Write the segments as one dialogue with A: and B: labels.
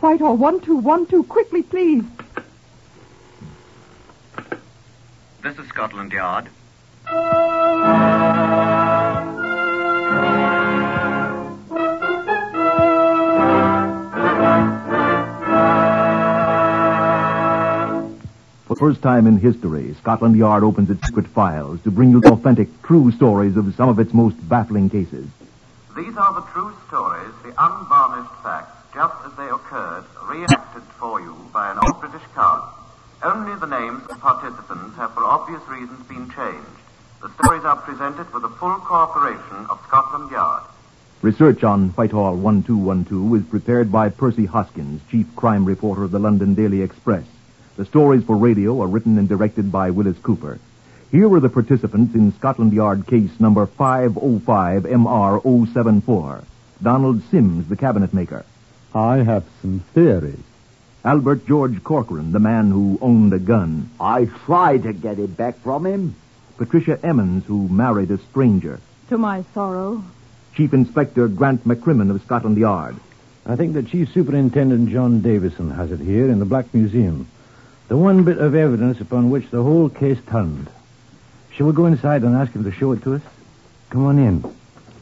A: Whitehall, 1212, quickly, please.
B: This is Scotland Yard.
C: For the first time in history, Scotland Yard opens its secret files to bring you authentic, true stories of some of its most baffling cases.
D: These are the true stories, the unvarnished facts, just as they occurred, reenacted for you by an old British cast. Only the names of participants have for obvious reasons been changed. The stories are presented with the full cooperation of Scotland Yard.
C: Research on Whitehall 1212 is prepared by Percy Hoskins, chief crime reporter of the London Daily Express. The stories for radio are written and directed by Willis Cooper. Here are the participants in Scotland Yard case number 505 MR 074. Donald Sims, the cabinet maker.
E: I have some theories.
C: Albert George Corcoran, the man who owned a gun.
F: I tried to get it back from him.
C: Patricia Emmons, who married a stranger.
G: To my sorrow.
C: Chief Inspector Grant McCrimmon of Scotland Yard.
H: I think that Chief Superintendent John Davison has it here in the Black Museum. The one bit of evidence upon which the whole case turned. Shall we go inside and ask him to show it to us? Come on in.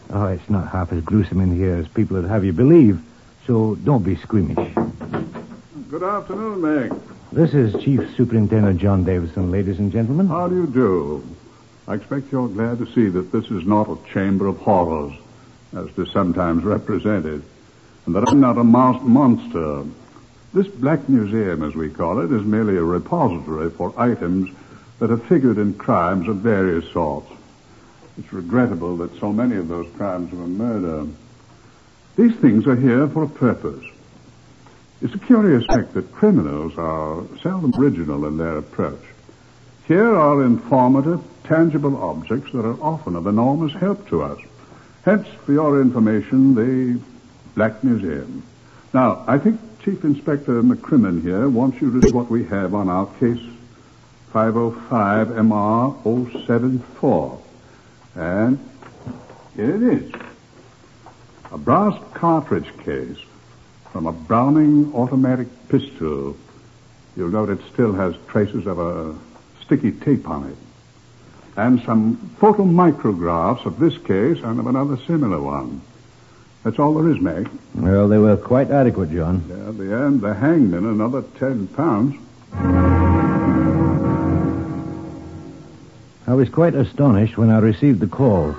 H: Oh, it's not half as gruesome in here as people would have you believe, so don't be squeamish.
I: Good afternoon, Meg.
H: This is Chief Superintendent John Davison, ladies and gentlemen.
I: How do you do? I expect you're glad to see that this is not a chamber of horrors, as it is sometimes represented, and that I'm not a masked monster. This Black Museum, as we call it, is merely a repository for items that have figured in crimes of various sorts. It's regrettable that so many of those crimes were murder. These things are here for a purpose. It's a curious fact that criminals are seldom original in their approach. Here are informative, tangible objects that are often of enormous help to us. Hence, for your information, the Black Museum. Now, I think Chief Inspector McCrimmon here wants you to see what we have on our case 505 MR 074. And here it is. A brass cartridge case from a Browning automatic pistol. You'll note it still has traces of a sticky tape on it. And some photomicrographs of this case and of another similar one. That's all there is, Meg.
H: Well, they were quite adequate, John.
I: Yeah, at the end, the hangman another ten pounds.
H: I was quite astonished when I received the call.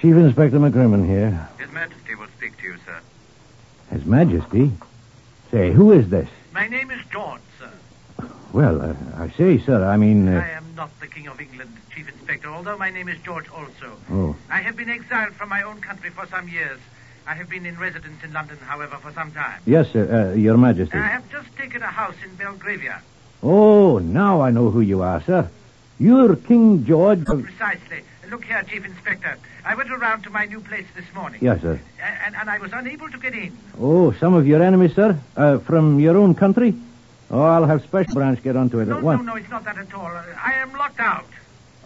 H: Chief Inspector McCrimmon here.
B: His Majesty will speak to you, sir.
H: His Majesty? Say, who is this?
J: My name is George, sir.
H: Well, uh, I say, sir, I mean. Uh...
J: I am not the King of England, Chief Inspector, although my name is George also.
H: Oh.
J: I have been exiled from my own country for some years. I have been in residence in London, however, for some time.
H: Yes, sir, uh, Your Majesty.
J: I have just taken a house in Belgravia.
H: Oh, now I know who you are, sir. You're King George of...
J: Precisely. Look here, Chief Inspector. I went around to my new place this morning.
H: Yes, sir.
J: And, and I was unable to get in.
H: Oh, some of your enemies, sir? Uh, from your own country? Oh, I'll have Special Branch get onto it
J: no,
H: at once.
J: No, no, it's not that at all. I am locked out.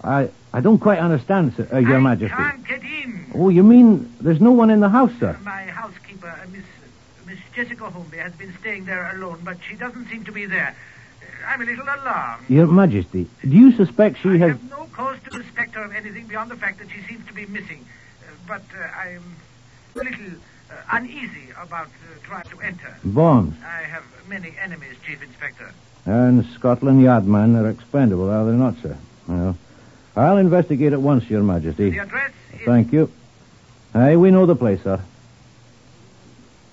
H: I I don't quite understand, sir, uh, Your
J: I
H: Majesty.
J: I can't get in.
H: Oh, you mean there's no one in the house, sir?
J: My housekeeper, uh, Miss Miss Jessica Holmby, has been staying there alone, but she doesn't seem to be there. Uh, I'm a little alarmed.
H: Your Majesty, do you suspect she
J: I
H: has...
J: have no cause to suspect her of anything beyond the fact that she seems to be missing. Uh, but uh, I'm a little uh, uneasy about uh, trying to enter.
H: Bombs.
J: I have many enemies, Chief Inspector.
H: And Scotland Yard men are expendable, are they not, sir? Well, I'll investigate at once, Your Majesty.
J: The address is...
H: Thank you. Aye, we know the place, sir.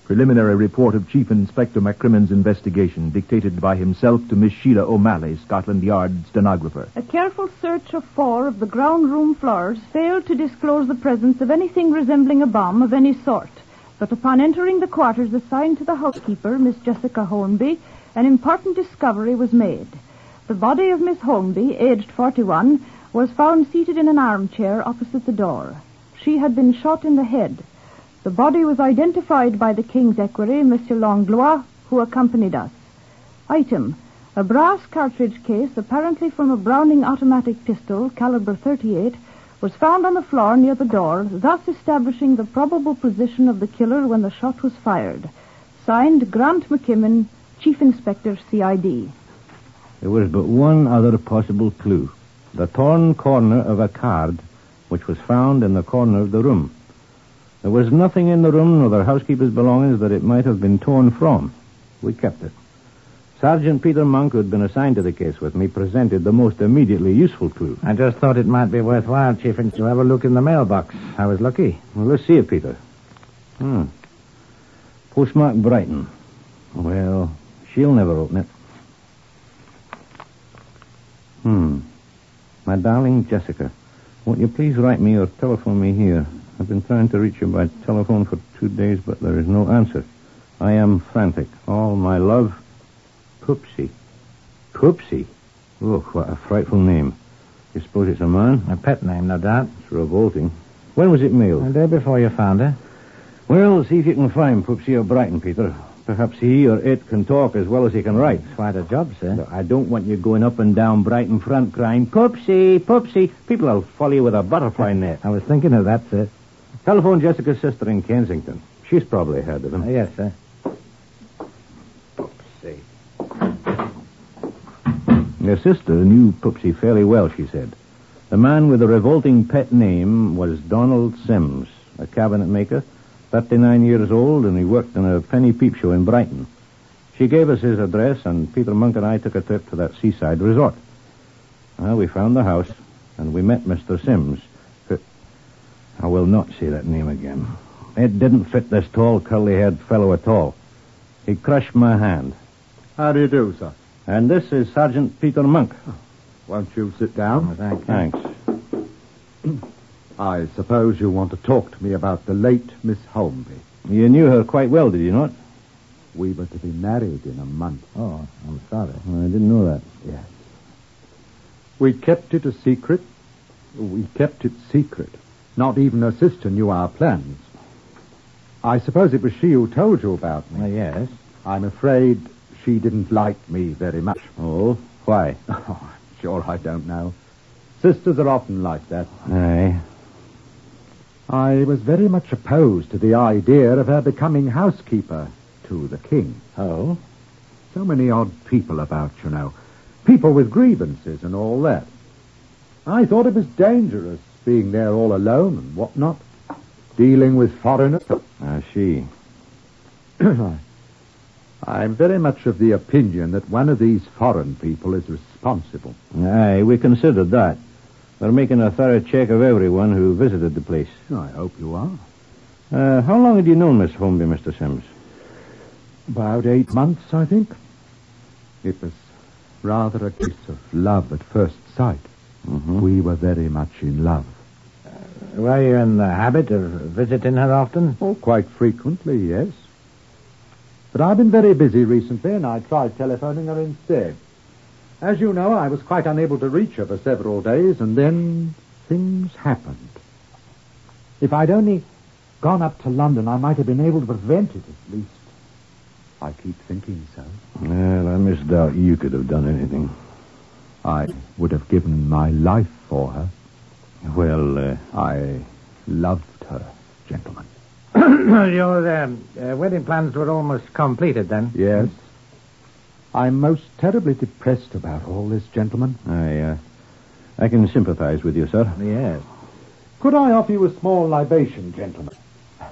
C: Preliminary report of Chief Inspector McCrimmon's investigation, dictated by himself to Miss Sheila O'Malley, Scotland Yard stenographer.
G: A careful search of four of the ground room floors failed to disclose the presence of anything resembling a bomb of any sort. But upon entering the quarters assigned to the housekeeper, Miss Jessica Hornby, an important discovery was made. The body of Miss Hornby, aged 41, was found seated in an armchair opposite the door. She had been shot in the head. The body was identified by the King's equerry, Monsieur Langlois, who accompanied us. Item, a brass cartridge case, apparently from a Browning automatic pistol, caliber 38, was found on the floor near the door, thus establishing the probable position of the killer when the shot was fired. Signed, Grant McKimmon, Chief Inspector, CID.
H: There was but one other possible clue the torn corner of a card which was found in the corner of the room. There was nothing in the room nor the housekeeper's belongings that it might have been torn from. We kept it. Sergeant Peter Monk, who had been assigned to the case with me, presented the most immediately useful clue.
K: I just thought it might be worthwhile, Chief, to have a look in the mailbox. I was lucky.
H: Well, let's see it, Peter. Hmm. Postmark Brighton. Well, she'll never open it. Hmm. My darling Jessica, won't you please write me or telephone me here? I've been trying to reach you by telephone for two days, but there is no answer. I am frantic. All my love, Poopsie. Poopsie? Look, what a frightful name. You suppose it's a man?
K: A pet name, no doubt.
H: It's revolting. When was it mailed?
K: The day before you found her.
H: Well, see if you can find Poopsie of Brighton, Peter. Perhaps he or it can talk as well as he can write.
K: It's quite a job, sir.
H: No, I don't want you going up and down Brighton front crying, Poopsie, Poopsie. People will follow you with a butterfly net.
K: I was thinking of that, sir.
H: Telephone Jessica's sister in Kensington. She's probably heard of him.
K: Uh, yes, sir.
H: Poopsie. Your sister knew Poopsie fairly well, she said. The man with the revolting pet name was Donald Sims, a cabinet maker, 39 years old, and he worked in a penny peep show in Brighton. She gave us his address, and Peter Monk and I took a trip to that seaside resort. Well, we found the house, and we met Mr. Sims. I will not say that name again. It didn't fit this tall, curly-haired fellow at all. He crushed my hand.
L: How do you do, sir?
H: And this is Sergeant Peter Monk.
L: Won't you sit down?
K: Oh,
H: thank
L: Thanks. I suppose you want to talk to me about the late Miss Holmby.
H: You knew her quite well, did you not?
L: We were to be married in a month.
K: Oh, I'm sorry.
H: I didn't know that.
L: Yes. We kept it a secret. We kept it secret. Not even her sister knew our plans. I suppose it was she who told you about me.
K: Uh, yes.
L: I'm afraid she didn't like me very much.
H: Oh, why?
L: Oh, sure I don't know. Sisters are often like that.
H: Aye.
L: I was very much opposed to the idea of her becoming housekeeper to the king.
H: Oh?
L: So many odd people about, you know. People with grievances and all that. I thought it was dangerous being there all alone and what not. Dealing with foreigners.
H: I see.
L: I'm very much of the opinion that one of these foreign people is responsible.
H: Aye, we considered that. We're making a thorough check of everyone who visited the place.
L: I hope you are.
H: Uh, how long had you known Miss Holmby, Mr. Sims?
L: About eight months, I think. It was rather a case of love at first sight.
H: Mm-hmm.
L: We were very much in love.
K: Uh, were you in the habit of visiting her often?
L: Oh, quite frequently, yes. But I've been very busy recently, and I tried telephoning her instead. As you know, I was quite unable to reach her for several days, and then things happened. If I'd only gone up to London, I might have been able to prevent it, at least. I keep thinking so.
H: Well, I misdoubt you could have done anything.
L: I would have given my life for her.
H: Well, uh,
L: I loved her, gentlemen.
K: Your um, uh, wedding plans were almost completed then?
L: Yes. I'm most terribly depressed about all this, gentlemen.
H: I, uh, I can sympathize with you, sir.
K: Yes.
L: Could I offer you a small libation, gentlemen?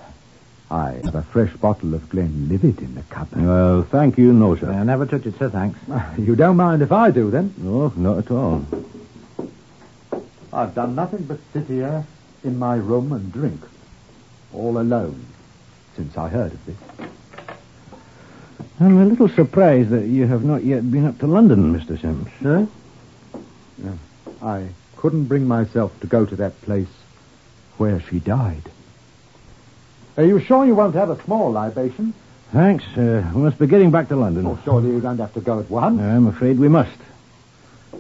L: I have a fresh bottle of Glenlivet in the cupboard.
H: Well, thank you, no, sir.
K: I never touch it, sir, thanks.
L: You don't mind if I do, then?
H: No, not at all.
L: I've done nothing but sit here in my room and drink, all alone, since I heard of this.
H: I'm a little surprised that you have not yet been up to London, Mr. Sims.
L: Huh? No, I couldn't bring myself to go to that place where she died. Are you sure you won't have a small libation?
H: Thanks. Uh, we must be getting back to London.
L: Oh, surely you don't have to go at once.
H: I'm afraid we must.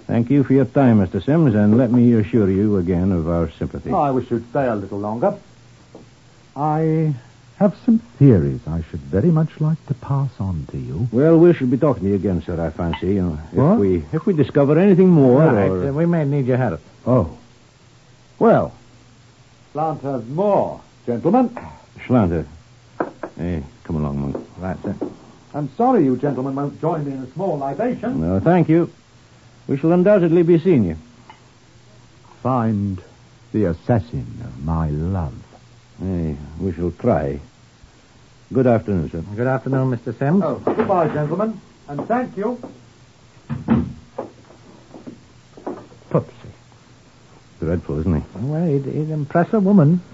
H: Thank you for your time, Mr. Sims, and let me assure you again of our sympathy.
L: Oh, I wish you'd stay a little longer. I have some theories I should very much like to pass on to you.
H: Well, we shall be talking to you again, sir, I fancy. Uh, if
L: What?
H: we if we discover anything more
K: Right,
H: or-
K: uh, we may need your help.
L: Oh.
H: Well,
L: Plant has more, gentlemen.
H: Schlander. Hey, Come along, Monk.
L: That's it. I'm sorry you gentlemen won't join me in a small libation.
H: No, thank you. We shall undoubtedly be seeing you.
E: Find the assassin of my love.
H: Hey, we shall try. Good afternoon, sir.
K: Good afternoon, Mr. Sims.
L: Oh, goodbye, gentlemen, and thank you.
K: Poopsie.
H: Dreadful, isn't he?
K: Well, he'd, he'd impress a woman.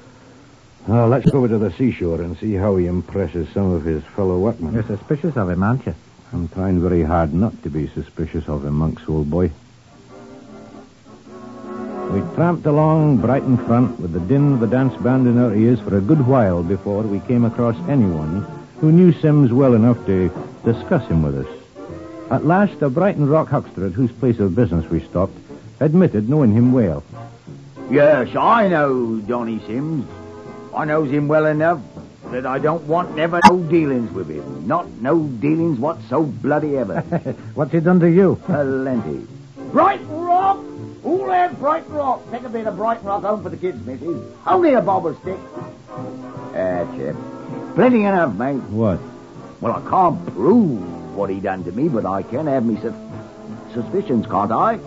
H: Now, let's go over to the seashore and see how he impresses some of his fellow workmen.
K: You're suspicious of him, aren't you?
H: I'm trying very hard not to be suspicious of him, Monks, old boy. We tramped along bright in front with the din of the dance band in our ears for a good while before we came across anyone who knew Sims well enough to discuss him with us. At last, a Brighton Rock huckster at whose place of business we stopped admitted knowing him well.
F: Yes, I know Donny Sims. I knows him well enough that I don't want never no dealings with him. Not no dealings whatso bloody ever.
K: What's he done to you?
F: Plenty. Bright rock! All that bright rock. Take a bit of bright rock home for the kids, missus. Only a bob a stick. That's it. Plenty enough, mate.
H: What?
F: Well, I can't prove what he done to me, but I can have me sus- suspicions, can't I?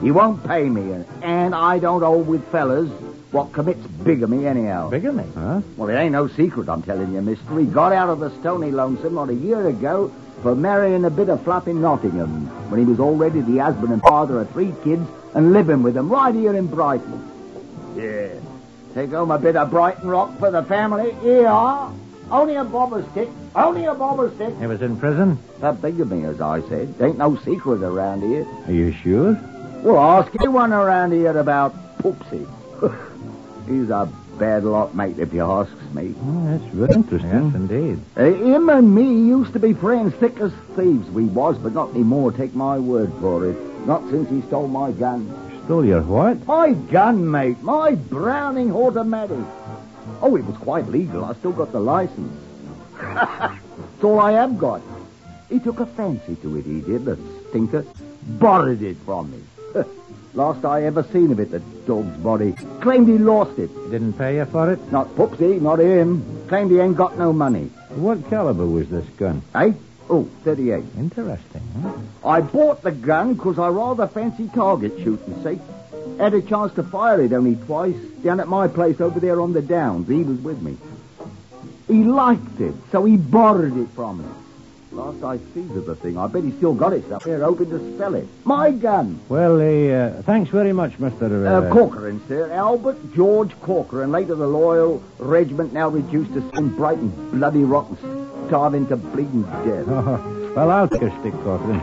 F: He won't pay me, and, and I don't hold with fellas what commits bigamy anyhow.
K: Bigamy?
H: Huh?
F: Well, it ain't no secret, I'm telling you, mister. He got out of the Stony Lonesome not a year ago for marrying a bit of flap in Nottingham when he was already the husband and father of three kids and living with them right here in Brighton. Yeah. Take home a bit of Brighton rock for the family. Here you are. Only a bob a stick. Only a bob a stick.
K: He was in prison?
F: For bigamy, as I said. Ain't no secret around here.
H: Are you sure?
F: Well, ask anyone around here about Poopsie. He's a bad lot, mate, if you asks me.
H: Oh, that's very interesting.
K: Yes, indeed.
F: Uh, him and me used to be friends, thick as thieves we was, but not anymore, take my word for it. Not since he stole my gun.
H: Stole your what?
F: My gun, mate. My Browning automatic. Oh, it was quite legal. I still got the license. That's all I have got. He took a fancy to it, he did, the stinker. Borrowed it from me. Last I ever seen of it, the dog's body. Claimed he lost it.
K: Didn't pay you for it?
F: Not Poopsie, not him. Claimed he ain't got no money.
H: What caliber was this gun?
F: Eh? Oh, 38.
K: Interesting, huh?
F: I bought the gun 'cause I rather fancy target shooting, see? Had a chance to fire it only twice down at my place over there on the downs. He was with me. He liked it, so he borrowed it from me. Last I see of the thing, I bet he's still got it somewhere, hoping to sell it. My gun.
H: Well, uh, thanks very much, Mr.
F: Uh, Corcoran, sir. Albert George Corcoran, later the Loyal Regiment, now reduced to some bright and bloody rot and starving to bleeding death.
H: Oh, well, I'll take a stick, Corcoran.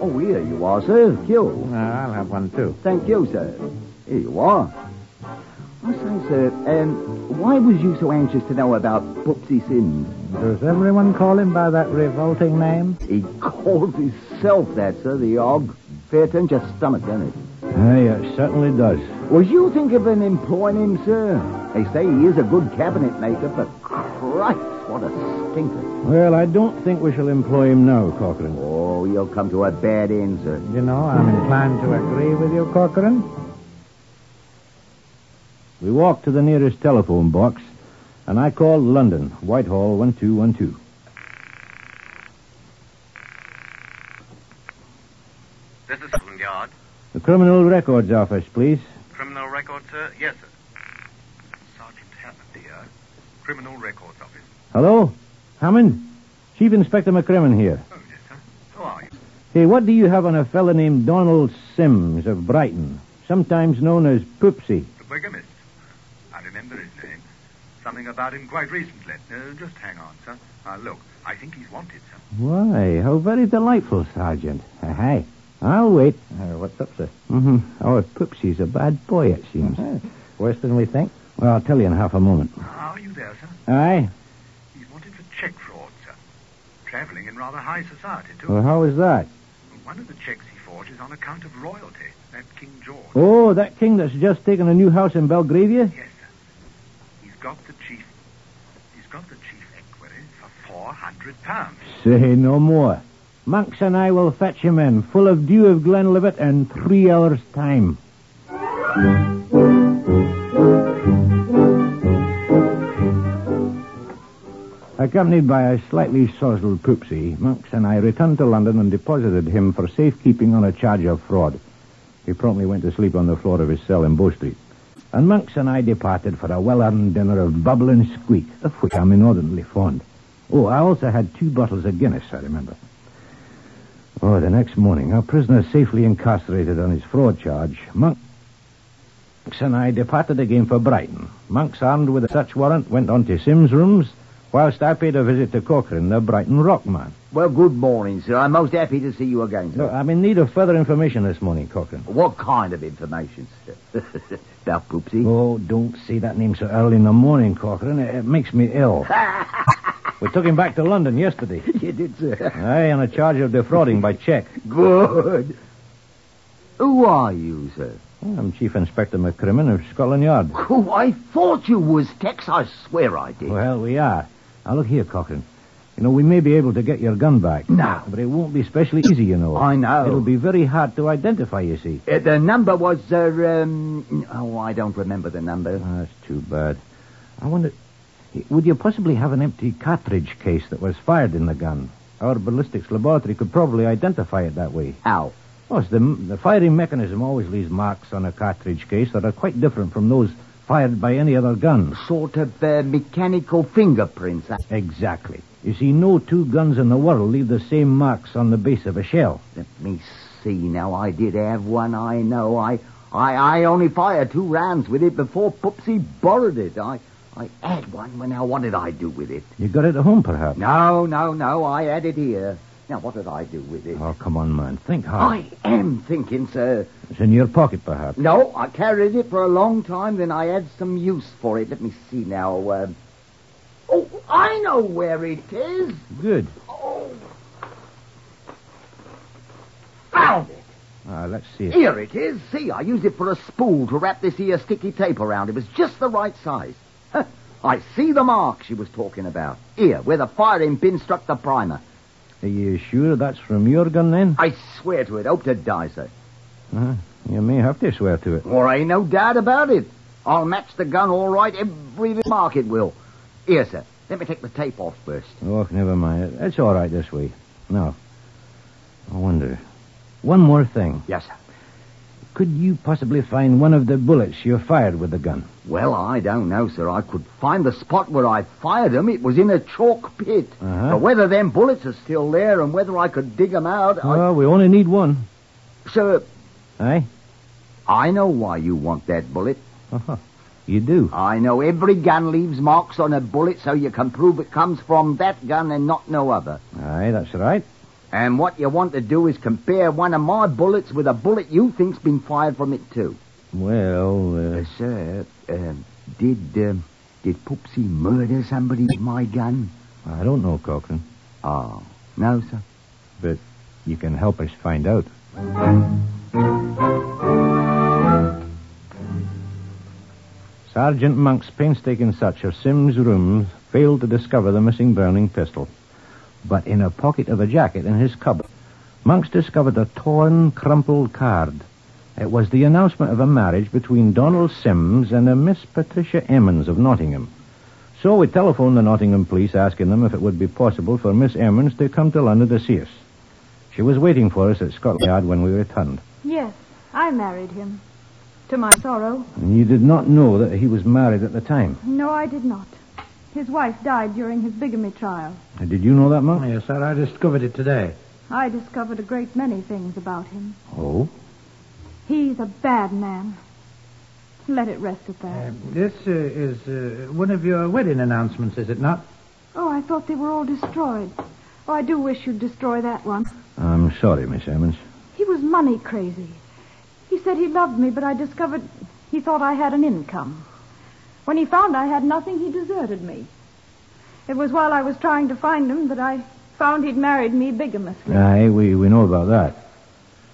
F: Oh, here you are, sir. Kill.
K: No, I'll have one, too.
F: Thank you, sir. Here you are. I say, sir, um, why was you so anxious to know about Poopsie Sims?
K: Does everyone call him by that revolting name?
F: He calls himself that, sir, the og. Fair turns your stomach, doesn't it?
H: Aye, it certainly does.
F: Was you thinking of employing him, sir? They say he is a good cabinet maker, but Christ, what a stinker.
H: Well, I don't think we shall employ him now, Corcoran.
F: Oh, you'll come to a bad end, sir.
K: You know, I'm inclined to agree with you, Corcoran.
H: We walked to the nearest telephone box, and I called London, Whitehall 1212.
B: This is Scotland Yard.
H: The Criminal Records Office, please.
B: Criminal record, sir? Yes, sir. Sergeant Hammond here. Criminal Records Office.
H: Hello? Hammond? Chief Inspector McCrimmon here.
B: Oh, yes, sir. How are you?
H: Hey, what do you have on a fellow named Donald Sims of Brighton, sometimes known as Poopsie?
B: The bigamist. I remember his name. Something about him quite recently. Uh, just hang on, sir. Uh, look, I think he's wanted, sir.
H: Why, how very delightful, Sergeant. Aye. I'll wait.
K: Uh, what's up, sir?
H: Mm-hmm. Our Poopsie's a bad boy, it seems.
K: Uh-huh. Worse than we think.
H: Well, I'll tell you in half a moment.
B: Are you there, sir?
H: Aye.
B: He's wanted for check fraud, sir. Traveling in rather high society, too.
H: Well, how is that?
B: One of the checks he forges on account of royalty, that King George.
H: Oh, that king that's just taken a new house in Belgravia?
B: Yes, sir. He's got the chief. He's got the chief equerry for four hundred pounds.
H: Say no more. Monks and I will fetch him in, full of dew of Glenlivet, in three hours' time. Accompanied by a slightly sozzled poopsie, Monks and I returned to London and deposited him for safekeeping on a charge of fraud. He promptly went to sleep on the floor of his cell in Bow Street. And Monks and I departed for a well-earned dinner of bubble and squeak, of which I'm inordinately fond. Oh, I also had two bottles of Guinness, I remember. Oh, the next morning, our prisoner safely incarcerated on his fraud charge, Monks and I departed again for Brighton. Monks, armed with a search warrant, went on to Sim's rooms, whilst I paid a visit to Cochrane, the Brighton rock man.
F: Well, good morning, sir. I'm most happy to see you again, sir.
H: Look, I'm in need of further information this morning, Cochrane.
F: What kind of information, sir? About Poopsie?
H: Oh, don't say that name so early in the morning, Cochrane. It, it makes me ill.
F: Uh,
H: we took him back to London yesterday.
F: You did, sir.
H: Aye, on a charge of defrauding by check.
F: Good. Who are you, sir?
H: I'm Chief Inspector McCrimmon of Scotland Yard.
F: Oh, I thought you was Tex. I swear I did.
H: Well, we are. Now, look here, Cochrane. You know, we may be able to get your gun back.
F: No.
H: But it won't be specially easy, you know.
F: I know.
H: It'll be very hard to identify, you see.
F: Uh, the number was, uh, um... Oh, I don't remember the number.
H: Oh, that's too bad. I wonder... Would you possibly have an empty cartridge case that was fired in the gun? Our ballistics laboratory could probably identify it that way.
F: How?
H: Well, the, the firing mechanism always leaves marks on a cartridge case that are quite different from those fired by any other gun.
F: Sort of uh, mechanical fingerprints. Huh?
H: Exactly. You see, no two guns in the world leave the same marks on the base of a shell.
F: Let me see now. I did have one, I know. I I, I only fired two rounds with it before Poopsie borrowed it. I I had one when now what did I do with it?
H: You got it at home, perhaps?
F: No, no, no. I had it here. Now, what did I do with it?
H: Oh, come on, man. Think hard.
F: I am thinking, sir.
H: It's in your pocket, perhaps.
F: No, I carried it for a long time, then I had some use for it. Let me see now. Uh... Oh, I know where it is.
H: Good.
F: Oh. Found it.
H: Ah, let's see it.
F: Here it is. See, I used it for a spool to wrap this here sticky tape around. It was just the right size. Huh. I see the mark she was talking about. Here, where the firing pin struck the primer.
H: Are you sure that's from your gun, then?
F: I swear to it. Hope to die, sir.
H: Uh, you may have to swear to it.
F: Or ain't no doubt about it. I'll match the gun all right. Every mark it will. Here, sir. Let me take the tape off first.
H: Oh, never mind. It's all right this way. Now, I wonder. One more thing.
F: Yes, sir.
H: Could you possibly find one of the bullets you fired with the gun?
F: Well, I don't know, sir. I could find the spot where I fired them. It was in a chalk pit.
H: Uh-huh.
F: But whether them bullets are still there and whether I could dig them out, I...
H: Well, we only need one.
F: Sir...
H: Aye?
F: I know why you want that bullet.
H: Uh-huh. You do?
F: I know. Every gun leaves marks on a bullet so you can prove it comes from that gun and not no other.
H: Aye, that's right.
F: And what you want to do is compare one of my bullets with a bullet you think's been fired from it too.
H: Well, uh...
F: Uh, sir, uh, did um, did Poopsie murder somebody with my gun?
H: I don't know, Cochrane.
F: Oh, no, sir.
H: But you can help us find out. Sergeant Monk's painstaking search of Sim's rooms failed to discover the missing Browning pistol but in a pocket of a jacket in his cupboard, Monks discovered a torn, crumpled card. It was the announcement of a marriage between Donald Sims and a Miss Patricia Emmons of Nottingham. So we telephoned the Nottingham police asking them if it would be possible for Miss Emmons to come to London to see us. She was waiting for us at Scotland Yard when we returned.
G: Yes, I married him. To my sorrow.
H: And you did not know that he was married at the time?
G: No, I did not. His wife died during his bigamy trial.
H: Uh, Did you know that, Monk?
K: Yes, sir. I discovered it today.
G: I discovered a great many things about him.
H: Oh?
G: He's a bad man. Let it rest at that.
K: Uh, this uh, is uh, one of your wedding announcements, is it not?
G: Oh, I thought they were all destroyed. Oh, I do wish you'd destroy that one.
H: I'm sorry, Miss Emmons.
G: He was money crazy. He said he loved me, but I discovered he thought I had an income. When he found I had nothing, he deserted me. It was while I was trying to find him that I found he'd married me bigamously.
H: Aye, we, we know about that.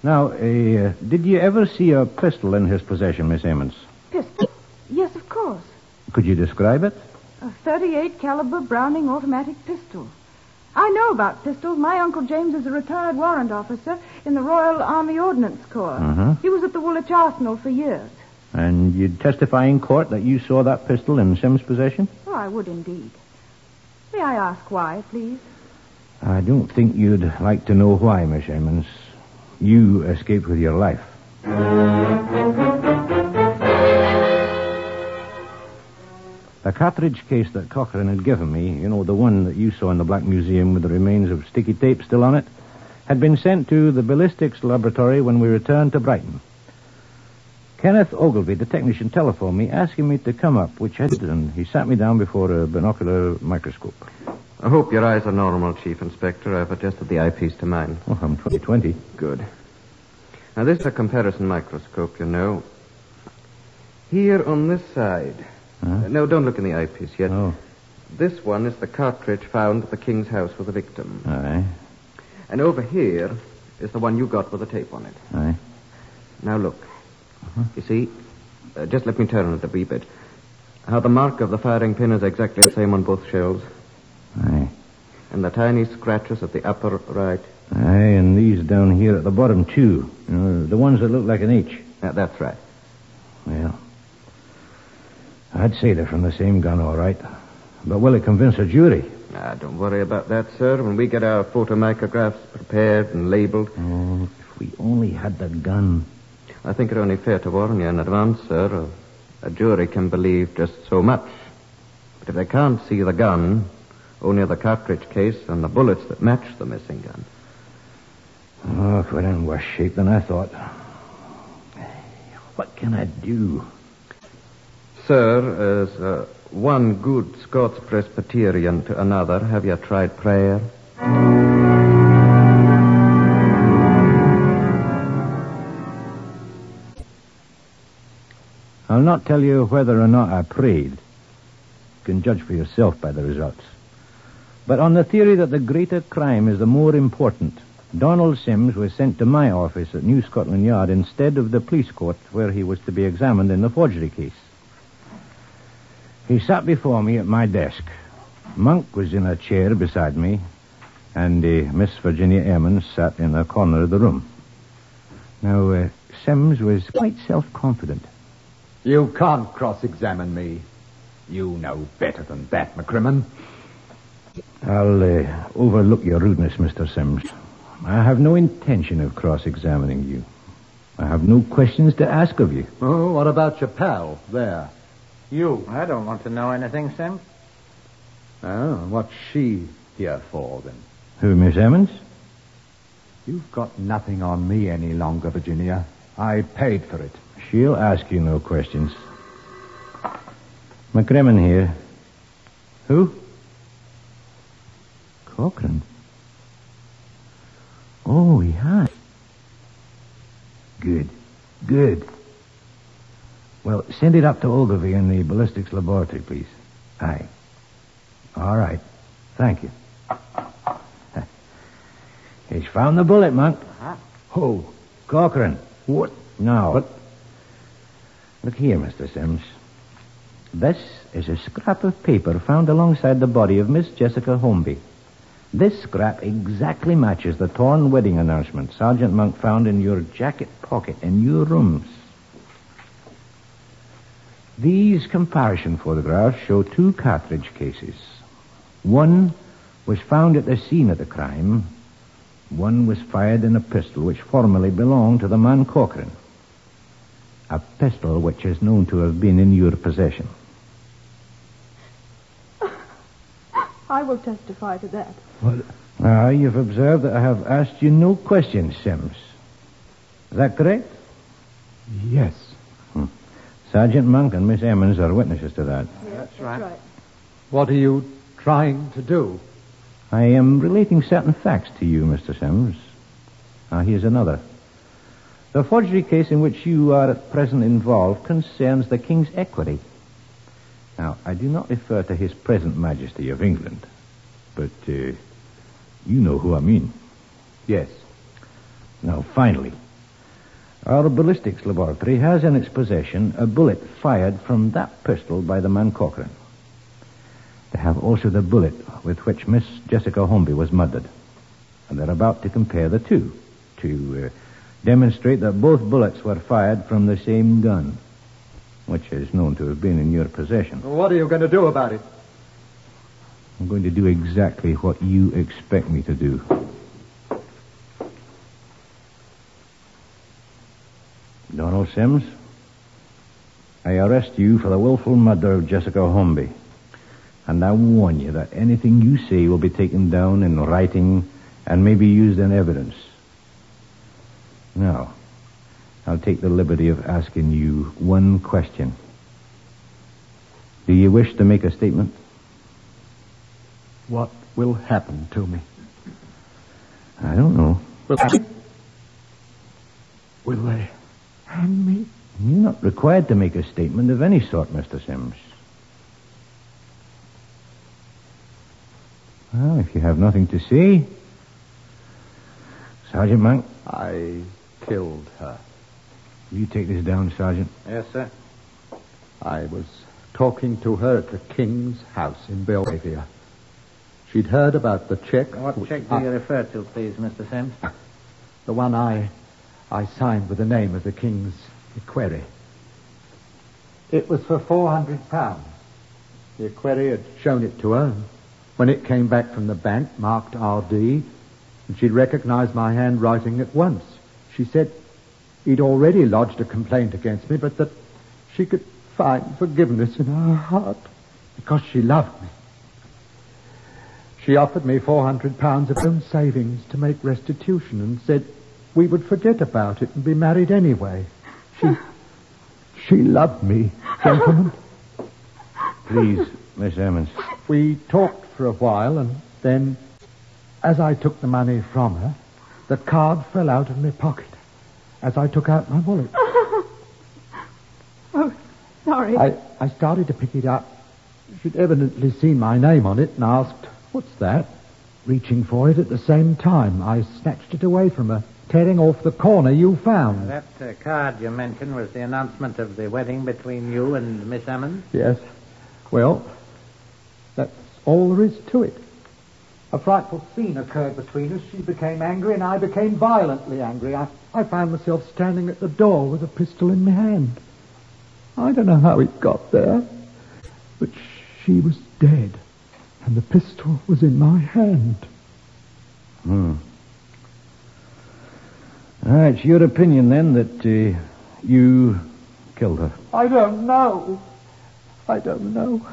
H: Now, uh, did you ever see a pistol in his possession, Miss Emmons?
G: Pistol? Yes, of course.
H: Could you describe it?
G: A 38 caliber Browning automatic pistol. I know about pistols. My Uncle James is a retired warrant officer in the Royal Army Ordnance Corps.
H: Uh-huh.
G: He was at the Woolwich Arsenal for years.
H: And you'd testify in court that you saw that pistol in Sim's possession?
G: Oh, I would indeed. May I ask why, please?
H: I don't think you'd like to know why, Miss Emmons. You escaped with your life. The cartridge case that Cochrane had given me, you know, the one that you saw in the Black Museum with the remains of sticky tape still on it, had been sent to the ballistics laboratory when we returned to Brighton. Kenneth Ogilvy, the technician, telephoned me asking me to come up, which I did, and he sat me down before a binocular microscope.
M: I hope your eyes are normal, Chief Inspector. I've adjusted the eyepiece to mine.
H: Oh, I'm 2020.
M: Good. Now, this is a comparison microscope, you know. Here on this side. Uh, no, don't look in the eyepiece yet.
H: Oh.
M: This one is the cartridge found at the King's house with the victim.
H: Aye,
M: And over here is the one you got with the tape on it.
H: aye.
M: Now look.
H: Uh-huh.
M: You see, uh, just let me turn it a wee bit. How the mark of the firing pin is exactly the same on both shells.
H: Aye.
M: And the tiny scratches at the upper right.
H: Aye, and these down here at the bottom, too. You know, the ones that look like an H.
M: that's right.
H: Well, I'd say they're from the same gun, all right. But will it convince a jury?
M: Ah, don't worry about that, sir. When we get our photomicrographs prepared and labeled.
H: Oh, if we only had the gun.
M: I think it only fair to warn you in advance, sir. A, a jury can believe just so much. But if they can't see the gun, only the cartridge case and the bullets that match the missing gun.
H: Oh, if we're in worse shape than I thought. What can I do?
M: Sir, as uh, one good Scots Presbyterian to another, have you tried prayer?
H: I'll not tell you whether or not I prayed. You can judge for yourself by the results. But on the theory that the greater crime is the more important, Donald Sims was sent to my office at New Scotland Yard instead of the police court where he was to be examined in the forgery case. He sat before me at my desk. Monk was in a chair beside me, and uh, Miss Virginia Emmons sat in a corner of the room. Now, uh, Sims was quite self-confident.
E: You can't cross-examine me. You know better than that, McCrimmon.
H: I'll uh, overlook your rudeness, Mr. Sims. I have no intention of cross examining you. I have no questions to ask of you.
L: Oh, what about your pal there?
K: You. I don't want to know anything, Sims.
L: Oh, what's she here for, then?
H: Who, Miss Emmons?
L: You've got nothing on me any longer, Virginia. I paid for it.
H: She'll ask you no questions. McCrimmon here. Who? Cochrane. Oh, he has. Good. Good. Well, send it up to Ogilvy in the ballistics laboratory, please. Aye. All right. Thank you. He's found the bullet, Monk. Who? Cochrane. What? Now. What? Look here, Mr. Sims. This is a scrap of paper found alongside the body of Miss Jessica Holmby. This scrap exactly matches the torn wedding announcement Sergeant Monk found in your jacket pocket in your rooms. These comparison photographs show two cartridge cases. One was found at the scene of the crime. One was fired in a pistol which formerly belonged to the man Corcoran. A pistol which is known to have been in your possession.
G: I will testify to that.
H: Ah, you've observed that I have asked you no questions, Sims. Is that correct? Hmm.
E: Yes.
H: Sergeant Monk and Miss Emmons are witnesses to that.
L: that's right. What are you trying to do?
H: I am relating certain facts to you, Mr. Sims. Now, here's another. The forgery case in which you are at present involved concerns the King's equity. Now, I do not refer to His present Majesty of England, but uh, you know who I mean.
E: Yes.
H: Now, finally, our ballistics laboratory has in its possession a bullet fired from that pistol by the man Cochrane. They have also the bullet with which Miss Jessica Hornby was murdered. And they're about to compare the two to uh, demonstrate that both bullets were fired from the same gun, which is known to have been in your possession.
L: What are you going to do about it?
H: I'm going to do exactly what you expect me to do. Donald Sims, I arrest you for the willful murder of Jessica Hornby. And I warn you that anything you say will be taken down in writing and may be used in evidence. Now, I'll take the liberty of asking you one question. Do you wish to make a statement?
L: What will happen to me?
H: I don't know.
L: Will Will they hang me?
H: You're not required to make a statement of any sort, Mr. Sims. Well, if you have nothing to say, Sergeant Monk.
L: I killed her.
H: Will you take this down, Sergeant?
N: Yes, sir.
L: I was talking to her at the King's house in Belgravia. She'd heard about the check.
K: What check do
L: I-
K: you refer to, please, Mr. Sims?
L: The one I I signed with the name of the King's equerry. It was for four hundred pounds. The equerry had shown it to her. When it came back from the bank, marked RD, and she recognized my handwriting at once. She said he'd already lodged a complaint against me, but that she could find forgiveness in her heart because she loved me. She offered me four hundred pounds of her own savings to make restitution and said we would forget about it and be married anyway. She she loved me, gentlemen.
H: Please, Miss Emmons.
L: We talked for a while and then as I took the money from her, the card fell out of my pocket as I took out my wallet.
O: Oh, sorry.
L: I, I started to pick it up. She'd evidently seen my name on it and asked, What's that? Reaching for it at the same time, I snatched it away from her, tearing off the corner you found.
K: That uh, card you mentioned was the announcement of the wedding between you and Miss Emmons.
L: Yes. Well, that's all there is to it. A frightful scene occurred between us. She became angry, and I became violently angry. I, I found myself standing at the door with a pistol in my hand. I don't know how it got there, but she was dead, and the pistol was in my hand.
H: Hmm. Ah, it's your opinion then that uh, you killed her.
L: I don't know. I don't know.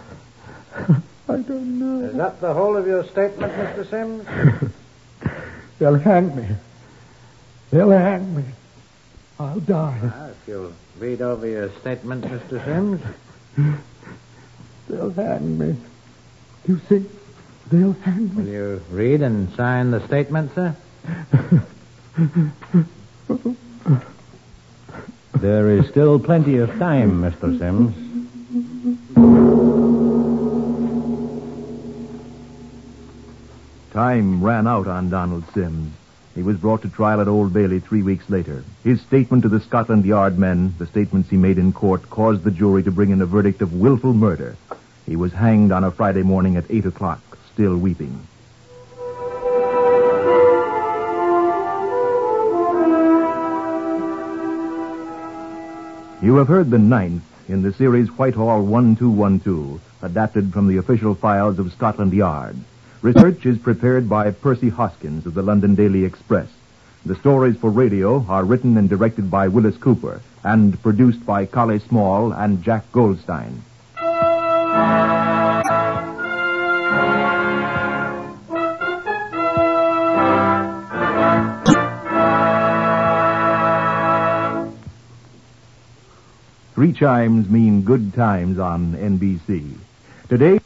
L: I don't know.
K: Is that the whole of your statement, Mr. Sims?
L: They'll hang me. They'll hang me. I'll die.
K: Ah, if you'll read over your statement, Mr. Sims.
L: They'll hang me. You see, they'll hang
K: Will you read and sign the statement, sir?
H: There is still plenty of time, Mr. Sims.
C: Time ran out on Donald Sims. He was brought to trial at Old Bailey three weeks later. His statement to the Scotland Yard men, the statements he made in court, caused the jury to bring in a verdict of willful murder. He was hanged on a Friday morning at 8 o'clock, still weeping. You have heard the ninth in the series Whitehall 1212, adapted from the official files of Scotland Yard. Research is prepared by Percy Hoskins of the London Daily Express. The stories for radio are written and directed by Willis Cooper and produced by Collie Small and Jack Goldstein. Three chimes mean good times on NBC. Today,